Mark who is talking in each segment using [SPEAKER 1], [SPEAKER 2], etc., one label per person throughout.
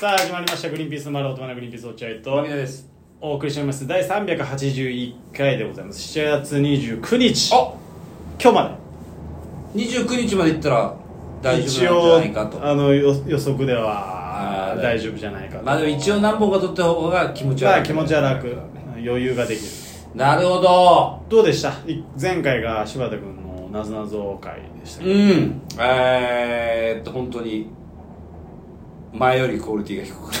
[SPEAKER 1] さあ始まりました「グリーンピースの丸大人のグリーンピース落合」と
[SPEAKER 2] 牧野です
[SPEAKER 1] お送りしております第381回でございます7月29日今
[SPEAKER 2] あ
[SPEAKER 1] 日ま
[SPEAKER 2] 二29日まで行ったら
[SPEAKER 1] で
[SPEAKER 2] 大
[SPEAKER 1] 一
[SPEAKER 2] 丈夫
[SPEAKER 1] 応
[SPEAKER 2] なんじゃないかと
[SPEAKER 1] あの予予測で
[SPEAKER 2] あ
[SPEAKER 1] は
[SPEAKER 2] ー
[SPEAKER 1] 大丈夫じゃないかと
[SPEAKER 2] まあでも一応何本か取った方が気持ちは
[SPEAKER 1] まあ
[SPEAKER 2] 楽
[SPEAKER 1] 気持ちは楽余裕ができる
[SPEAKER 2] なるほど
[SPEAKER 1] どうでしたい前回が柴田君のなぞなぞ会でしたけど
[SPEAKER 2] うんえー、っと本当に前よりクオリティが低く て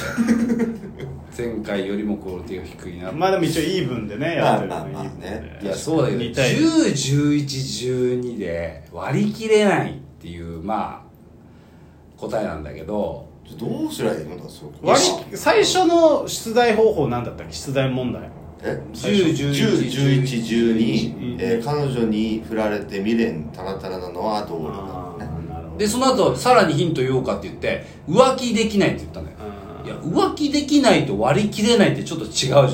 [SPEAKER 2] 前回よりもクオリティが低いな
[SPEAKER 1] まあでも一応イーブンでねやってる
[SPEAKER 3] まあ
[SPEAKER 1] の
[SPEAKER 3] まあまあね
[SPEAKER 2] いやそうだけど
[SPEAKER 1] 2対1
[SPEAKER 2] 101112で割り切れないっていうまあ答えなんだけど
[SPEAKER 3] どうすりゃいいのだそこ
[SPEAKER 1] 割り最初の出題方法なんだったっけ出題問題
[SPEAKER 3] え
[SPEAKER 1] 最初
[SPEAKER 3] 101112、えー彼女に振られて未練たらたらなのはどう
[SPEAKER 1] あ
[SPEAKER 3] だろうね
[SPEAKER 1] ーなるほど
[SPEAKER 2] でその後さらにヒント言おうかって言って浮気できないって言ったのよ
[SPEAKER 1] あー
[SPEAKER 2] いや浮気できないと割り切れないってちょっと違うじゃない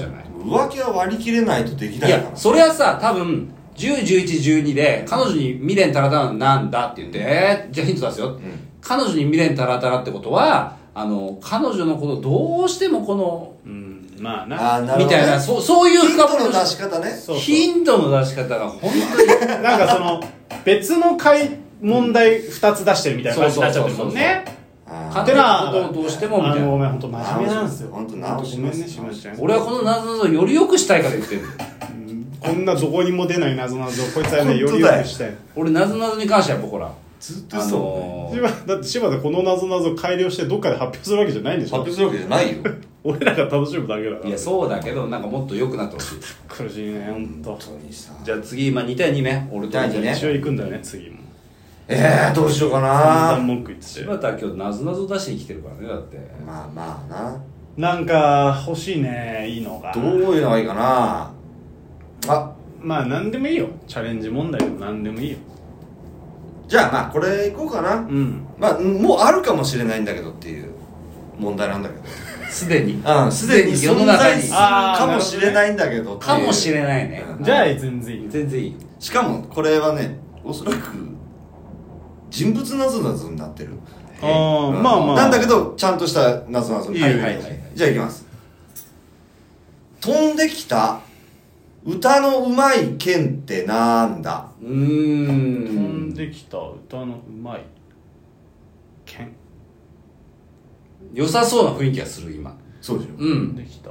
[SPEAKER 3] 浮気は割り切れないとできないい
[SPEAKER 2] や
[SPEAKER 3] から
[SPEAKER 2] それはさ多分101112で彼女に未練たらたらなんだって言ってえー、じゃあヒント出すよ、
[SPEAKER 3] ん
[SPEAKER 2] 彼女に未練たらたらってことはあの彼女のことどうしてもこの
[SPEAKER 1] うんまあな
[SPEAKER 3] ああな
[SPEAKER 2] み
[SPEAKER 3] るほど、
[SPEAKER 2] たいな
[SPEAKER 3] ね、
[SPEAKER 2] そうそういう
[SPEAKER 3] ヒン
[SPEAKER 2] 深
[SPEAKER 3] ト
[SPEAKER 2] 掘り
[SPEAKER 3] の
[SPEAKER 2] を
[SPEAKER 3] 出し方ね
[SPEAKER 1] そうそう
[SPEAKER 2] ヒントの出し方が本当に
[SPEAKER 1] なんかその別の回問題2つ出してるみたいな感じになっちゃってるもんね
[SPEAKER 3] あ
[SPEAKER 2] か
[SPEAKER 3] ー
[SPEAKER 1] てな
[SPEAKER 2] そうそうそうどうしてもみたいな
[SPEAKER 1] あのごめん本当真面目なんですよ
[SPEAKER 3] 本当直し
[SPEAKER 1] ごめ
[SPEAKER 3] ます
[SPEAKER 1] んねしました
[SPEAKER 2] 俺はこの謎々をより良くしたいから言ってる
[SPEAKER 1] こんなどこにも出ない謎なぞこいつはねよ
[SPEAKER 3] 本
[SPEAKER 1] り
[SPEAKER 3] 当だよ
[SPEAKER 1] よくしたい
[SPEAKER 2] 俺謎々に関してはやっぱほら
[SPEAKER 3] ずっ
[SPEAKER 2] あのー
[SPEAKER 1] 柴田だって柴田この謎なぞ改良してどっかで発表するわけじゃないんでし
[SPEAKER 3] 発
[SPEAKER 1] ょ
[SPEAKER 3] 表するわけじゃないよ
[SPEAKER 1] 俺らが楽しむだけだから
[SPEAKER 2] いやそうだけどなんかもっと良くなってほしい
[SPEAKER 1] 苦しいね本当。
[SPEAKER 3] 本当にさ
[SPEAKER 2] じゃあ次、まあ、2対2ね俺と
[SPEAKER 3] 対二ね
[SPEAKER 1] 一応行くんだよね次も
[SPEAKER 3] えー、どうしようか
[SPEAKER 1] だ
[SPEAKER 3] なん
[SPEAKER 1] 文句言って
[SPEAKER 2] 柴
[SPEAKER 1] て
[SPEAKER 2] 田は今日なぞなぞ出しに来てるからねだって
[SPEAKER 3] まあまあ
[SPEAKER 1] なんか欲しいねいいのが
[SPEAKER 3] などういうのがいいかなあ
[SPEAKER 1] まあ何でもいいよチャレンジ問題でも何でもいいよ
[SPEAKER 3] じゃあまあこれいこうかな、
[SPEAKER 1] うん
[SPEAKER 3] まあもうあるかもしれないんだけどっていう問題なんだけど
[SPEAKER 2] すでに
[SPEAKER 3] うん、すでに
[SPEAKER 2] 世
[SPEAKER 3] 世
[SPEAKER 2] の
[SPEAKER 3] の
[SPEAKER 2] 中
[SPEAKER 3] 中
[SPEAKER 2] に
[SPEAKER 3] にかもしれないんだけどっていう
[SPEAKER 2] かもしれないね
[SPEAKER 3] うん
[SPEAKER 1] じゃあ全然いいよ
[SPEAKER 2] 全然いい
[SPEAKER 3] しかもこれはねおそらく人物なぞなぞになってる
[SPEAKER 1] あーまあまあ
[SPEAKER 3] なんだけどちゃんとしたなぞなぞ
[SPEAKER 1] いいよ
[SPEAKER 3] はいは
[SPEAKER 2] いい
[SPEAKER 3] い
[SPEAKER 2] よ
[SPEAKER 3] はいじゃあいきます飛んできた歌のうまい剣ってなんだ
[SPEAKER 2] う
[SPEAKER 1] 飛ん
[SPEAKER 2] ーん
[SPEAKER 1] できた歌のうまい剣
[SPEAKER 2] 良さそうな雰囲気がする今
[SPEAKER 3] そうでしょ
[SPEAKER 2] う
[SPEAKER 1] 飛ん
[SPEAKER 2] ん
[SPEAKER 1] できた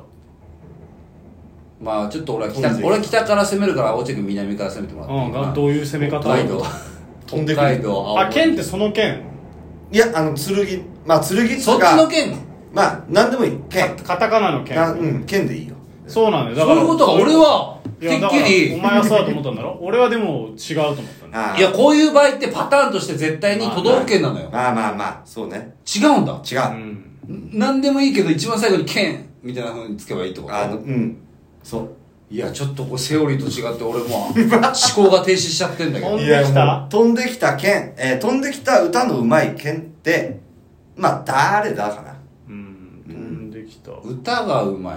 [SPEAKER 2] まあちょっと俺は
[SPEAKER 3] 飛ん
[SPEAKER 2] 北
[SPEAKER 3] できた
[SPEAKER 2] 俺は北から攻めるから落合君南から攻めてもらって
[SPEAKER 1] う
[SPEAKER 2] い
[SPEAKER 1] ん
[SPEAKER 2] いか
[SPEAKER 1] が
[SPEAKER 2] な
[SPEAKER 1] どういう攻め方
[SPEAKER 2] 北海道
[SPEAKER 3] 飛んでく
[SPEAKER 2] 北海
[SPEAKER 3] る
[SPEAKER 2] 道青森
[SPEAKER 1] あ剣ってその剣
[SPEAKER 3] いやあの剣まあ剣
[SPEAKER 2] そ
[SPEAKER 3] と
[SPEAKER 2] っちの
[SPEAKER 3] か
[SPEAKER 2] 県
[SPEAKER 3] まあなんでもいい剣
[SPEAKER 1] カタカナの剣
[SPEAKER 3] なうん剣でいいよ
[SPEAKER 1] そうなんだよだ
[SPEAKER 2] そういうことか俺は
[SPEAKER 1] そ
[SPEAKER 2] て
[SPEAKER 1] ういうこと
[SPEAKER 2] っ
[SPEAKER 1] い
[SPEAKER 2] き
[SPEAKER 1] やだから
[SPEAKER 2] り
[SPEAKER 1] お前はそうだと思ったんだろ 俺はでも違うと思ったんだ
[SPEAKER 3] あー
[SPEAKER 2] いやこういう場合ってパターンとして絶対に都道府県なのよ
[SPEAKER 3] まあまあまあそうね
[SPEAKER 2] 違うんだ
[SPEAKER 3] 違う、
[SPEAKER 1] うん
[SPEAKER 2] 何でもいいけど一番最後に県みたいな風につけばいいってこと
[SPEAKER 3] あのうんそう
[SPEAKER 2] いやちょっとこうセオリーと違って俺 も思考が停止しちゃってんだけ
[SPEAKER 1] ほ
[SPEAKER 2] ど
[SPEAKER 1] 飛んできた
[SPEAKER 3] いやもう飛んできた剣、えー飛んできた歌のうまい剣ってまあ誰だかな
[SPEAKER 1] うん飛んできた
[SPEAKER 2] 歌がうまい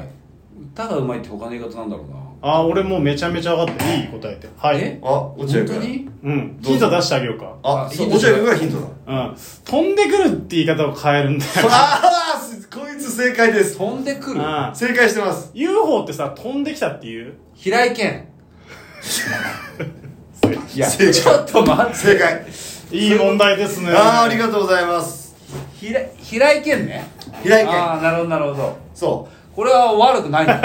[SPEAKER 2] 歌がうまいって他の言い方なんだろうな
[SPEAKER 1] あ俺もうめちゃめちゃ上がっていい答えては
[SPEAKER 2] え
[SPEAKER 1] い
[SPEAKER 3] あ落合
[SPEAKER 2] 本当に
[SPEAKER 3] 君
[SPEAKER 1] うん
[SPEAKER 3] ど
[SPEAKER 1] ヒ
[SPEAKER 3] うぞ
[SPEAKER 1] ント出してあげようか
[SPEAKER 3] あ
[SPEAKER 2] あ
[SPEAKER 3] そう
[SPEAKER 2] ヒント
[SPEAKER 3] 落合君がヒントだ
[SPEAKER 1] うん飛んでくるって言い方を変えるんだよ
[SPEAKER 3] ああすこいつ正解です
[SPEAKER 2] 飛んでくる
[SPEAKER 1] あ
[SPEAKER 3] 正解してます
[SPEAKER 1] UFO ってさ飛んできたっていう
[SPEAKER 2] 平井堅いや
[SPEAKER 3] 正解
[SPEAKER 2] ちょっと待って
[SPEAKER 3] 正解
[SPEAKER 1] いい問題ですね
[SPEAKER 3] ああありがとうございます
[SPEAKER 2] 平平井堅ね
[SPEAKER 3] 平井
[SPEAKER 2] あ
[SPEAKER 3] 堅
[SPEAKER 2] あなるほどなるほど
[SPEAKER 3] そう
[SPEAKER 2] これは悪くない のこ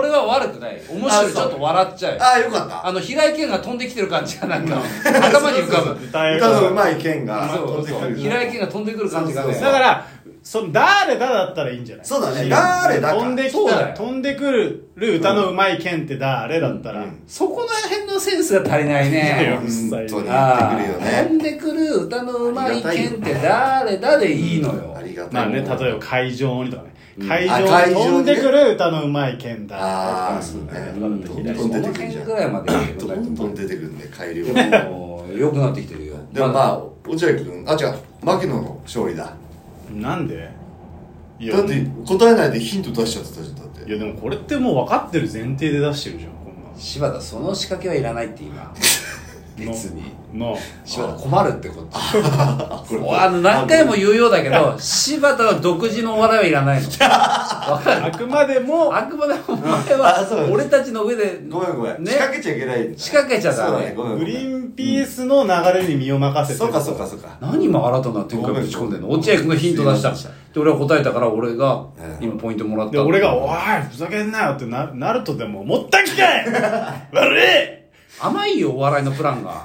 [SPEAKER 2] れは悪くない面
[SPEAKER 3] あ
[SPEAKER 2] 白
[SPEAKER 3] そう
[SPEAKER 2] いちょっと笑っちゃうよ
[SPEAKER 3] ああよかった
[SPEAKER 2] あの平井堅が飛んできてる感じがなんか頭に浮かぶ
[SPEAKER 1] 歌える
[SPEAKER 3] 歌のうまい剣が
[SPEAKER 2] そう
[SPEAKER 3] 飛んで
[SPEAKER 2] そ
[SPEAKER 3] く
[SPEAKER 2] う
[SPEAKER 3] る
[SPEAKER 2] 平井堅が飛んでくる感じがね
[SPEAKER 3] そうそう
[SPEAKER 1] だからその誰だだったらいいんじゃない
[SPEAKER 3] そうだね
[SPEAKER 1] ん
[SPEAKER 3] 誰だか
[SPEAKER 1] 飛んでき
[SPEAKER 2] そうだ
[SPEAKER 1] た
[SPEAKER 2] よ
[SPEAKER 1] 飛んでくる歌のうまい剣って誰だったら、
[SPEAKER 3] うん
[SPEAKER 2] そこら辺のセンスが足りない
[SPEAKER 1] いや
[SPEAKER 2] ね
[SPEAKER 1] よ。
[SPEAKER 3] うん本当に
[SPEAKER 2] あ
[SPEAKER 3] やってくるよ
[SPEAKER 2] ー飛んでくる歌
[SPEAKER 3] ね
[SPEAKER 2] のうまい剣って誰だでいいのよ
[SPEAKER 3] あ。りがたい
[SPEAKER 1] まあね例えば会場にとかね、
[SPEAKER 2] うん
[SPEAKER 1] 会場
[SPEAKER 3] あ
[SPEAKER 1] に
[SPEAKER 3] 会場にね
[SPEAKER 1] 飛んでくる歌のうまい剣だ
[SPEAKER 3] ああそうね
[SPEAKER 2] う
[SPEAKER 3] どん
[SPEAKER 2] ん
[SPEAKER 3] ど
[SPEAKER 2] そ
[SPEAKER 3] ん
[SPEAKER 2] の
[SPEAKER 3] 出てくる
[SPEAKER 2] 辺
[SPEAKER 3] じゃん
[SPEAKER 2] ぐらいまでいけ
[SPEAKER 3] ど
[SPEAKER 2] ば
[SPEAKER 3] んどん出てくるんで改良
[SPEAKER 2] でも良くなってきてるよ。
[SPEAKER 3] でもまあ落合君あ違う牧野の勝利だ
[SPEAKER 1] なんでいや
[SPEAKER 3] だって答えないでヒント出しちゃってたじゃんだって
[SPEAKER 1] いやでもこれってもう分かってる前提で出してるじゃんこんなの
[SPEAKER 2] 柴田その仕掛けはいらないって今。別に。
[SPEAKER 1] の
[SPEAKER 2] 柴田困るってこっちあの何回も言うようだけど柴田は独自の笑いはいらないの わかる
[SPEAKER 1] あくまで も
[SPEAKER 2] あくまでもお前
[SPEAKER 3] あそう
[SPEAKER 2] は
[SPEAKER 3] です
[SPEAKER 2] 俺たちの上で
[SPEAKER 3] ごめんごめん、
[SPEAKER 2] ね
[SPEAKER 3] 仕掛けちゃいけないんだ
[SPEAKER 2] 仕掛けちゃダメ
[SPEAKER 3] そうだねごめんご
[SPEAKER 1] グ
[SPEAKER 3] め
[SPEAKER 1] リ
[SPEAKER 3] ん
[SPEAKER 1] ーンピースの流れに身を任せて
[SPEAKER 3] そうかそうかそうか
[SPEAKER 2] 何今新たな展開ぶち込んでんの
[SPEAKER 3] ごめん
[SPEAKER 2] 落合君がヒント出した
[SPEAKER 3] すいま
[SPEAKER 2] で俺は答えたから俺が
[SPEAKER 3] ええ
[SPEAKER 2] 今ポイントもらった
[SPEAKER 1] で俺が「お
[SPEAKER 2] お
[SPEAKER 1] いふざけんなよ」ってななるとでも「もったんきかい悪
[SPEAKER 2] 甘いよお笑いのプラン が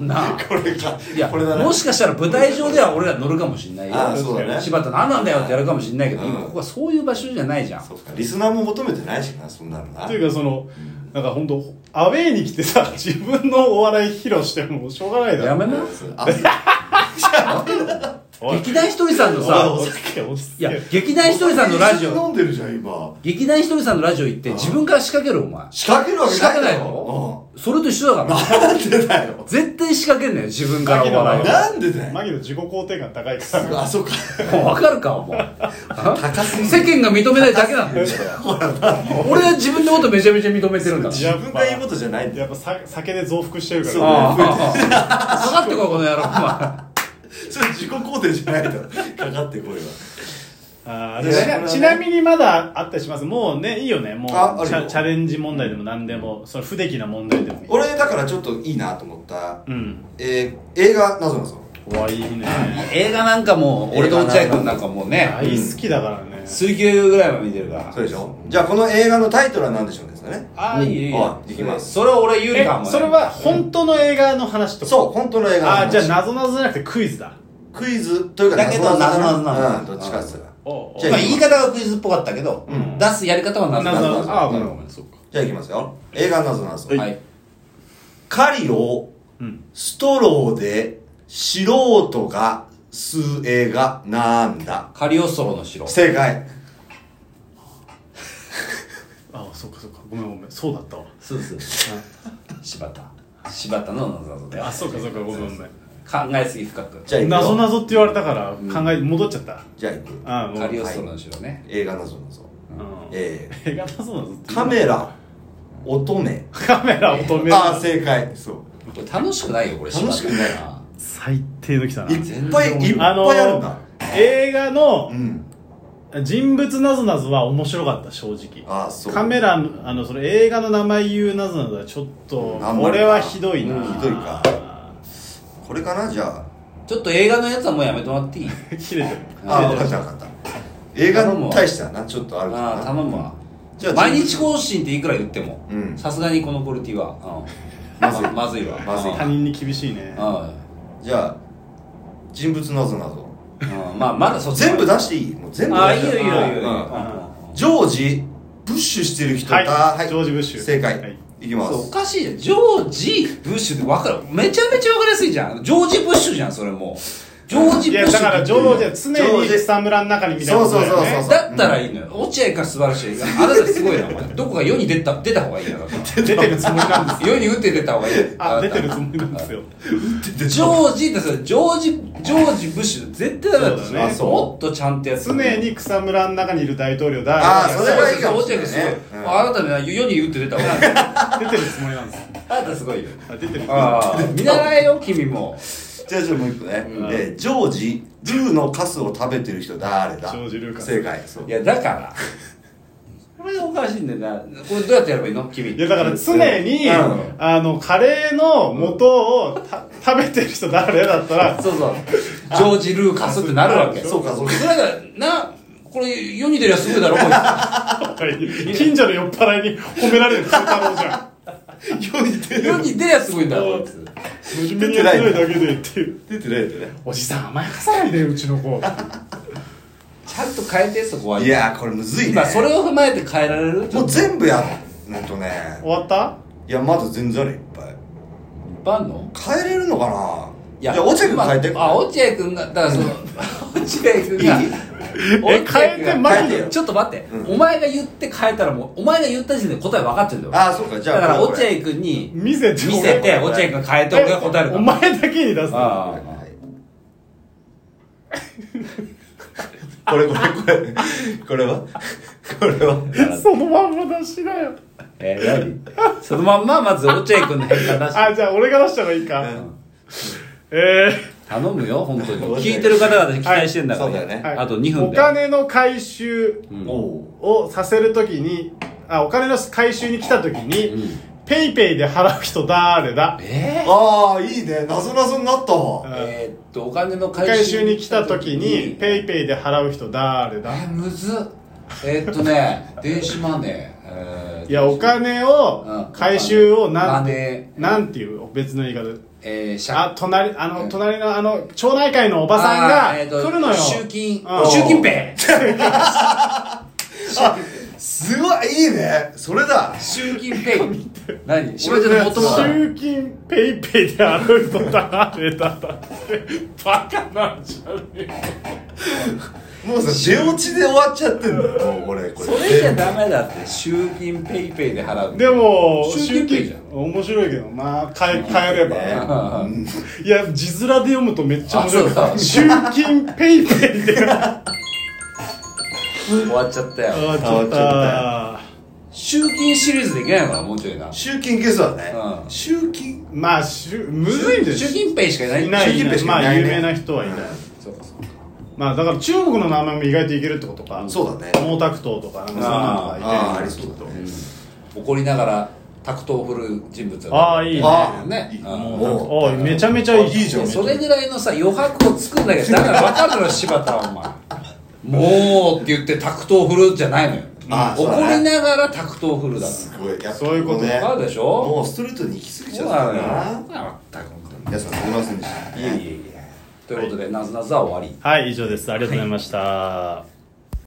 [SPEAKER 2] なあ
[SPEAKER 3] これか
[SPEAKER 2] いや
[SPEAKER 3] これだね
[SPEAKER 2] もしかしたら舞台上では俺ら乗るかもしんないよ
[SPEAKER 3] ああそうだね
[SPEAKER 2] 柴田何なんだよってやるかもしんないけど、
[SPEAKER 3] うん
[SPEAKER 2] 今ここはそういう場所じゃないじゃん
[SPEAKER 3] そうかリスナーも求めてないしなそんなの
[SPEAKER 1] い!」
[SPEAKER 3] な
[SPEAKER 1] というかそのなんか本当アウェーに来てさ 自分のお笑い披露してもしょうがないだろ
[SPEAKER 2] やめな
[SPEAKER 3] あ
[SPEAKER 1] おい
[SPEAKER 2] 劇団ひとりさんのさ
[SPEAKER 1] おいお酒お
[SPEAKER 2] い
[SPEAKER 1] 酒
[SPEAKER 2] や劇団ひとりさんのラジオ
[SPEAKER 3] 飲んでるじゃん今
[SPEAKER 2] 劇団ひとりさんのラジオ行って自分から仕掛けるお前
[SPEAKER 3] 仕掛けるわけ
[SPEAKER 2] 仕掛けない
[SPEAKER 3] だ
[SPEAKER 2] の
[SPEAKER 3] ろ
[SPEAKER 2] それと一緒だから
[SPEAKER 3] うんなんでだよ
[SPEAKER 2] 絶対仕掛けんなよ自分からお笑い
[SPEAKER 3] なんでだ
[SPEAKER 1] マ
[SPEAKER 3] よ
[SPEAKER 1] ギの自己肯定感高いから
[SPEAKER 3] あそうか
[SPEAKER 2] をわかるかお前
[SPEAKER 3] 高すぎる
[SPEAKER 2] 世間が認めないだけなんだよ俺は自分のことめちゃめちゃ認めてるんだ
[SPEAKER 1] じ
[SPEAKER 3] 自分が言うことじゃないんだよ
[SPEAKER 1] やっぱさ酒で増幅してるか
[SPEAKER 3] そう
[SPEAKER 1] ら
[SPEAKER 2] ああ下がってこいこの野郎お前
[SPEAKER 3] それ自己肯定じゃないだ ろかかってこいわ
[SPEAKER 1] あ
[SPEAKER 3] いや
[SPEAKER 1] ー
[SPEAKER 3] これはね
[SPEAKER 1] ちなみにまだあったりしますもうねいいよねもうチ
[SPEAKER 3] ああるよ
[SPEAKER 1] ャチャレンジ問題でも何でもその不出来な問題でもいい
[SPEAKER 3] 俺だからちょっといいなと思った
[SPEAKER 1] うん
[SPEAKER 3] えー映画なぞなぞ
[SPEAKER 1] 怖いね
[SPEAKER 2] 映画なんかもう俺と落合君なんかもうね
[SPEAKER 1] 大好きだからね
[SPEAKER 2] 水球ぐらいは見てるから
[SPEAKER 3] そうでしょじゃあこの映画のタイトルは何でしょうですよね
[SPEAKER 1] あーいいね
[SPEAKER 2] いい
[SPEAKER 3] あ
[SPEAKER 2] よ
[SPEAKER 3] いきます
[SPEAKER 2] それは俺有利
[SPEAKER 1] え
[SPEAKER 2] かもね
[SPEAKER 1] それは本当の映画の話とか
[SPEAKER 3] そう本当の映画の
[SPEAKER 1] あ
[SPEAKER 3] 話
[SPEAKER 1] あじゃあなぞなぞじゃなくてクイズだ
[SPEAKER 3] クイズというか
[SPEAKER 2] だけど
[SPEAKER 3] 謎々
[SPEAKER 2] 謎々なんだ
[SPEAKER 3] うんどっちかっつったら
[SPEAKER 1] おうおう
[SPEAKER 3] じゃ
[SPEAKER 2] まあ言い方がクイズっぽかったけど
[SPEAKER 3] うん
[SPEAKER 2] 出すやり方はな
[SPEAKER 1] なぞな
[SPEAKER 2] ぞ
[SPEAKER 1] ぞああごめん
[SPEAKER 3] うん
[SPEAKER 1] ごめんそうか
[SPEAKER 3] じゃあいきますよ映画なぞなぞ
[SPEAKER 1] はい
[SPEAKER 2] はい
[SPEAKER 3] 狩りを
[SPEAKER 1] うん
[SPEAKER 3] ストローで素人が吸う映画なんだ
[SPEAKER 2] カリオストロの城
[SPEAKER 3] 正解
[SPEAKER 1] ああそうかそうかごめんごめんそうだったわ
[SPEAKER 2] スースー柴田柴田のなぞなぞで
[SPEAKER 1] あそうかそうかごめんごめん
[SPEAKER 2] 考えすぎ深く
[SPEAKER 3] じゃあいくよ
[SPEAKER 1] なぞなぞって言われたから考え戻っちゃった
[SPEAKER 3] じゃあいく
[SPEAKER 1] ああもう
[SPEAKER 2] カリオストロの城ね
[SPEAKER 3] 映画なぞなぞ
[SPEAKER 1] うん
[SPEAKER 3] え
[SPEAKER 1] 映画なぞなぞって
[SPEAKER 3] ー、カメラ乙女
[SPEAKER 1] カメラ乙女
[SPEAKER 3] ああ正解そう
[SPEAKER 2] これ楽しくないよこれ
[SPEAKER 3] 楽しくない
[SPEAKER 2] な
[SPEAKER 1] 最低のきたない
[SPEAKER 3] っぱい
[SPEAKER 2] 全然面白い
[SPEAKER 3] いっぱいあるんだ、
[SPEAKER 1] 映画の
[SPEAKER 3] うん
[SPEAKER 1] 人物なぞなぞは面白かった正直
[SPEAKER 3] ああそう
[SPEAKER 1] カメラのあのそれ映画の名前言うなぞなぞはちょっと
[SPEAKER 3] あんまり
[SPEAKER 1] 俺はひどいな、
[SPEAKER 3] うんひどいかこれかなじゃあ
[SPEAKER 2] ちょっと映画のやつはもうやめてもらっていい
[SPEAKER 1] 切れてる
[SPEAKER 3] ああ
[SPEAKER 1] 切れて
[SPEAKER 3] 分かっ
[SPEAKER 1] る
[SPEAKER 3] た分かった映画に対してはなちょっとあるか
[SPEAKER 2] ああ
[SPEAKER 3] らな
[SPEAKER 2] 頼むわ
[SPEAKER 3] じゃあ
[SPEAKER 2] 毎日更新っていくら言っても
[SPEAKER 3] うん
[SPEAKER 2] さすがにこのクオリティはうん
[SPEAKER 3] まずい
[SPEAKER 2] まずいわ
[SPEAKER 3] まずい
[SPEAKER 2] うん
[SPEAKER 1] 他人に厳しいね
[SPEAKER 2] う
[SPEAKER 3] じゃあ人物なぞなぞ
[SPEAKER 2] んうんまあまだそ
[SPEAKER 3] 全部出していいもう全部出
[SPEAKER 2] ああい
[SPEAKER 3] し
[SPEAKER 2] いよ
[SPEAKER 3] て
[SPEAKER 2] いいよいいよいいよ
[SPEAKER 3] うん
[SPEAKER 2] うん
[SPEAKER 3] ジョージプッシュしてる人だ
[SPEAKER 1] はいジョージブッシュ
[SPEAKER 3] 正解、
[SPEAKER 1] はい
[SPEAKER 3] い、きま
[SPEAKER 2] そうお
[SPEAKER 3] す
[SPEAKER 2] かしいじゃんジョージ・ブッシュって分かるめちゃめちゃ分かりやすいじゃんジョージ・ブッシュじゃんそれもうジョージ・
[SPEAKER 1] い
[SPEAKER 2] ブ
[SPEAKER 1] や
[SPEAKER 2] ッシ
[SPEAKER 1] だ
[SPEAKER 2] ュ
[SPEAKER 1] か
[SPEAKER 2] って言
[SPEAKER 1] ら
[SPEAKER 2] って
[SPEAKER 1] ジ
[SPEAKER 2] る
[SPEAKER 1] ョ
[SPEAKER 2] じ
[SPEAKER 1] ー
[SPEAKER 2] ゃん
[SPEAKER 1] ジは常に草むらの中にみたいなことだよ
[SPEAKER 3] そうそうそう
[SPEAKER 1] ね
[SPEAKER 3] そう
[SPEAKER 2] だったらいいのよ落合から素晴らしい映画あなたすごいなお前 どこか世に出た出た方がいいよだから
[SPEAKER 1] 出てるつもりなんです
[SPEAKER 2] 世に打って出た方がいいよ
[SPEAKER 1] あ出てる
[SPEAKER 2] な
[SPEAKER 1] つもりなんですよ
[SPEAKER 2] たジョージってそれジョージジョージ・ブッシュ絶対ダメだった
[SPEAKER 1] そ
[SPEAKER 2] し
[SPEAKER 1] うだね
[SPEAKER 2] あそうもっとちゃんとやって
[SPEAKER 1] 常に草むらの中にいる大統領だ
[SPEAKER 3] あーそれはいいかもしれないね
[SPEAKER 2] そうそうそう落合君すごい
[SPEAKER 3] う
[SPEAKER 2] あな
[SPEAKER 3] ん
[SPEAKER 2] たね世に打って出た方がいい
[SPEAKER 1] 出
[SPEAKER 2] よ
[SPEAKER 1] てるつもりなんです
[SPEAKER 2] あなたすごいよ
[SPEAKER 1] あ出てる
[SPEAKER 2] ああ見習えよ君も
[SPEAKER 3] じゃあじゃあもう一個ね、
[SPEAKER 1] うん
[SPEAKER 3] えージョージルーのカスを食べてる人誰だ
[SPEAKER 1] ジョージルーカス
[SPEAKER 3] 正解そう
[SPEAKER 2] いやだからこれおかしいんだよなこれどうやってやればいいの君
[SPEAKER 1] いやだから常に、
[SPEAKER 3] うん
[SPEAKER 1] あのカレーの元をた 食べてる人誰だったら
[SPEAKER 2] そうそうジョージ・ルーカスってなるわけ
[SPEAKER 3] そうかそうか
[SPEAKER 2] それだからなこれ世に出りゃすごいだろこいつ
[SPEAKER 1] 近所の酔っ払いに褒められる太郎じゃん
[SPEAKER 3] 世に 出
[SPEAKER 2] 世に出りゃすごいんだろこいつ
[SPEAKER 1] 真面目にやってないだけでっていう
[SPEAKER 3] 出てないよね
[SPEAKER 1] おじさん甘やかさないでうちの子
[SPEAKER 2] ちゃんと変えてそこはい
[SPEAKER 3] やーこれむずいね
[SPEAKER 2] 今それを踏まえて変えられる
[SPEAKER 3] もう全部やんないとね
[SPEAKER 1] 終わった
[SPEAKER 3] いやまだ全然あるよいっぱい
[SPEAKER 2] バンの
[SPEAKER 3] 変えれるのかないやじゃあ落合君変えて
[SPEAKER 2] まあ落合君がだから その落合君が
[SPEAKER 3] いい
[SPEAKER 1] え変えてま
[SPEAKER 3] 変えてよ
[SPEAKER 2] ちょっと待って、
[SPEAKER 3] うん
[SPEAKER 2] お前が言って変えたらもうお前が言った時点で答え分かってるんだよ
[SPEAKER 3] ああそうかじゃあ
[SPEAKER 2] だから
[SPEAKER 3] こ
[SPEAKER 2] 落合
[SPEAKER 3] れ
[SPEAKER 2] 君に
[SPEAKER 1] 見せて
[SPEAKER 2] 見せて
[SPEAKER 1] お
[SPEAKER 2] 落合君が変えて俺が答えるか
[SPEAKER 1] お
[SPEAKER 2] ら
[SPEAKER 1] 前だけに出すの
[SPEAKER 2] ああ
[SPEAKER 3] これこれこれこれはこれは
[SPEAKER 1] そのまんま出しなよ
[SPEAKER 2] えー、何そのまんままず落合君の変化なし
[SPEAKER 1] あ、じゃあ俺が出したらいいか。
[SPEAKER 3] ん
[SPEAKER 1] え
[SPEAKER 2] 頼むよ本当 に聞いてる方々に期待してんだから、
[SPEAKER 3] はいそうだよ
[SPEAKER 1] ー、はい
[SPEAKER 2] あと2分
[SPEAKER 1] お
[SPEAKER 2] で
[SPEAKER 1] 金の回収
[SPEAKER 2] うん
[SPEAKER 3] おう
[SPEAKER 1] をさせるときに、あ、お金の回収に来たときに、
[SPEAKER 2] うん
[SPEAKER 1] ペイペイで払う人誰だ
[SPEAKER 2] えー
[SPEAKER 3] ああいいねなぞなぞになったわ
[SPEAKER 2] えーっとお金の
[SPEAKER 1] 回収に来たときに、ペイ
[SPEAKER 2] イ
[SPEAKER 1] ペイで払う人誰だ
[SPEAKER 2] えむずっえーっとね電子マネー、えー
[SPEAKER 1] いや、お金
[SPEAKER 2] うん
[SPEAKER 1] を、回収をなん
[SPEAKER 2] マネ
[SPEAKER 1] て、
[SPEAKER 2] ー
[SPEAKER 1] なんていう別の言い方で。
[SPEAKER 2] えー借
[SPEAKER 1] あ、隣、あの、
[SPEAKER 2] え
[SPEAKER 1] 隣のあの、町内会のおばさん
[SPEAKER 2] あ
[SPEAKER 1] が
[SPEAKER 2] ーえーっと
[SPEAKER 1] 来るのよ。
[SPEAKER 2] 集金
[SPEAKER 1] うん
[SPEAKER 2] 集金ペ イ
[SPEAKER 3] すごいいいねそれだ
[SPEAKER 2] 集金ペイ何
[SPEAKER 3] 俺のや
[SPEAKER 2] も
[SPEAKER 3] つ
[SPEAKER 2] ともと
[SPEAKER 1] 集金ペイペイで払う人誰だだって、バカなんじゃねえ
[SPEAKER 3] もうさ出落ちで終わっちゃってんだよもう俺これ
[SPEAKER 2] それじゃダメだって集金ペイペイで払う
[SPEAKER 1] でも、
[SPEAKER 2] 集金ペイじゃん
[SPEAKER 1] 面白いけどな、変え、変えれば。
[SPEAKER 3] ね
[SPEAKER 2] うん
[SPEAKER 1] いや、字面で読むとめっちゃ面白い
[SPEAKER 2] あ。そ
[SPEAKER 1] 集金ペイペイで払
[SPEAKER 2] 終わっちゃったよ
[SPEAKER 1] っちゃった。
[SPEAKER 2] 集金シリーズできないのかなもうちょいな
[SPEAKER 3] 集金系そうだね
[SPEAKER 2] うん
[SPEAKER 3] 集金
[SPEAKER 1] まあ、しゅむずいんです
[SPEAKER 2] 集金ペイしかいない
[SPEAKER 1] いない、い
[SPEAKER 3] 習近
[SPEAKER 1] な
[SPEAKER 3] 平
[SPEAKER 1] い。
[SPEAKER 3] し
[SPEAKER 1] ま
[SPEAKER 3] かいな
[SPEAKER 1] あ、
[SPEAKER 3] いね
[SPEAKER 1] 有名な人はいない。
[SPEAKER 2] そうかそう
[SPEAKER 1] まあ、だから中国の名前も意外といけるってことか。
[SPEAKER 3] そうだね
[SPEAKER 1] 毛沢東とか、なんかそんなのがいて。
[SPEAKER 3] あーありそうだね
[SPEAKER 2] うん怒りながらタクトを振る人物
[SPEAKER 1] ああ、いいね。あ
[SPEAKER 3] あ
[SPEAKER 2] ね
[SPEAKER 3] いい
[SPEAKER 2] うん
[SPEAKER 3] もう
[SPEAKER 1] あ、めちゃめちゃいい。
[SPEAKER 3] いいじゃん
[SPEAKER 2] それぐらいのさ余白を作んなきゃだから分かるの柴田はお前もうって言ってタクトを振るじゃないのよ
[SPEAKER 3] ああそうだね
[SPEAKER 2] 怒りながらタクトを振るだ
[SPEAKER 3] すごいやっぱ
[SPEAKER 1] そういうこと
[SPEAKER 3] ね
[SPEAKER 2] から分かるでしょ
[SPEAKER 3] もうストレートに行き過ぎち
[SPEAKER 2] そ
[SPEAKER 3] ゃ
[SPEAKER 2] う
[SPEAKER 3] っ
[SPEAKER 2] な
[SPEAKER 3] た
[SPEAKER 2] のよ
[SPEAKER 3] な
[SPEAKER 2] 全く本当に
[SPEAKER 3] 皆さんすみませんでした
[SPEAKER 2] いやいやいやということで、なずなずは終わり
[SPEAKER 1] はい、以上です。ありがとうございました。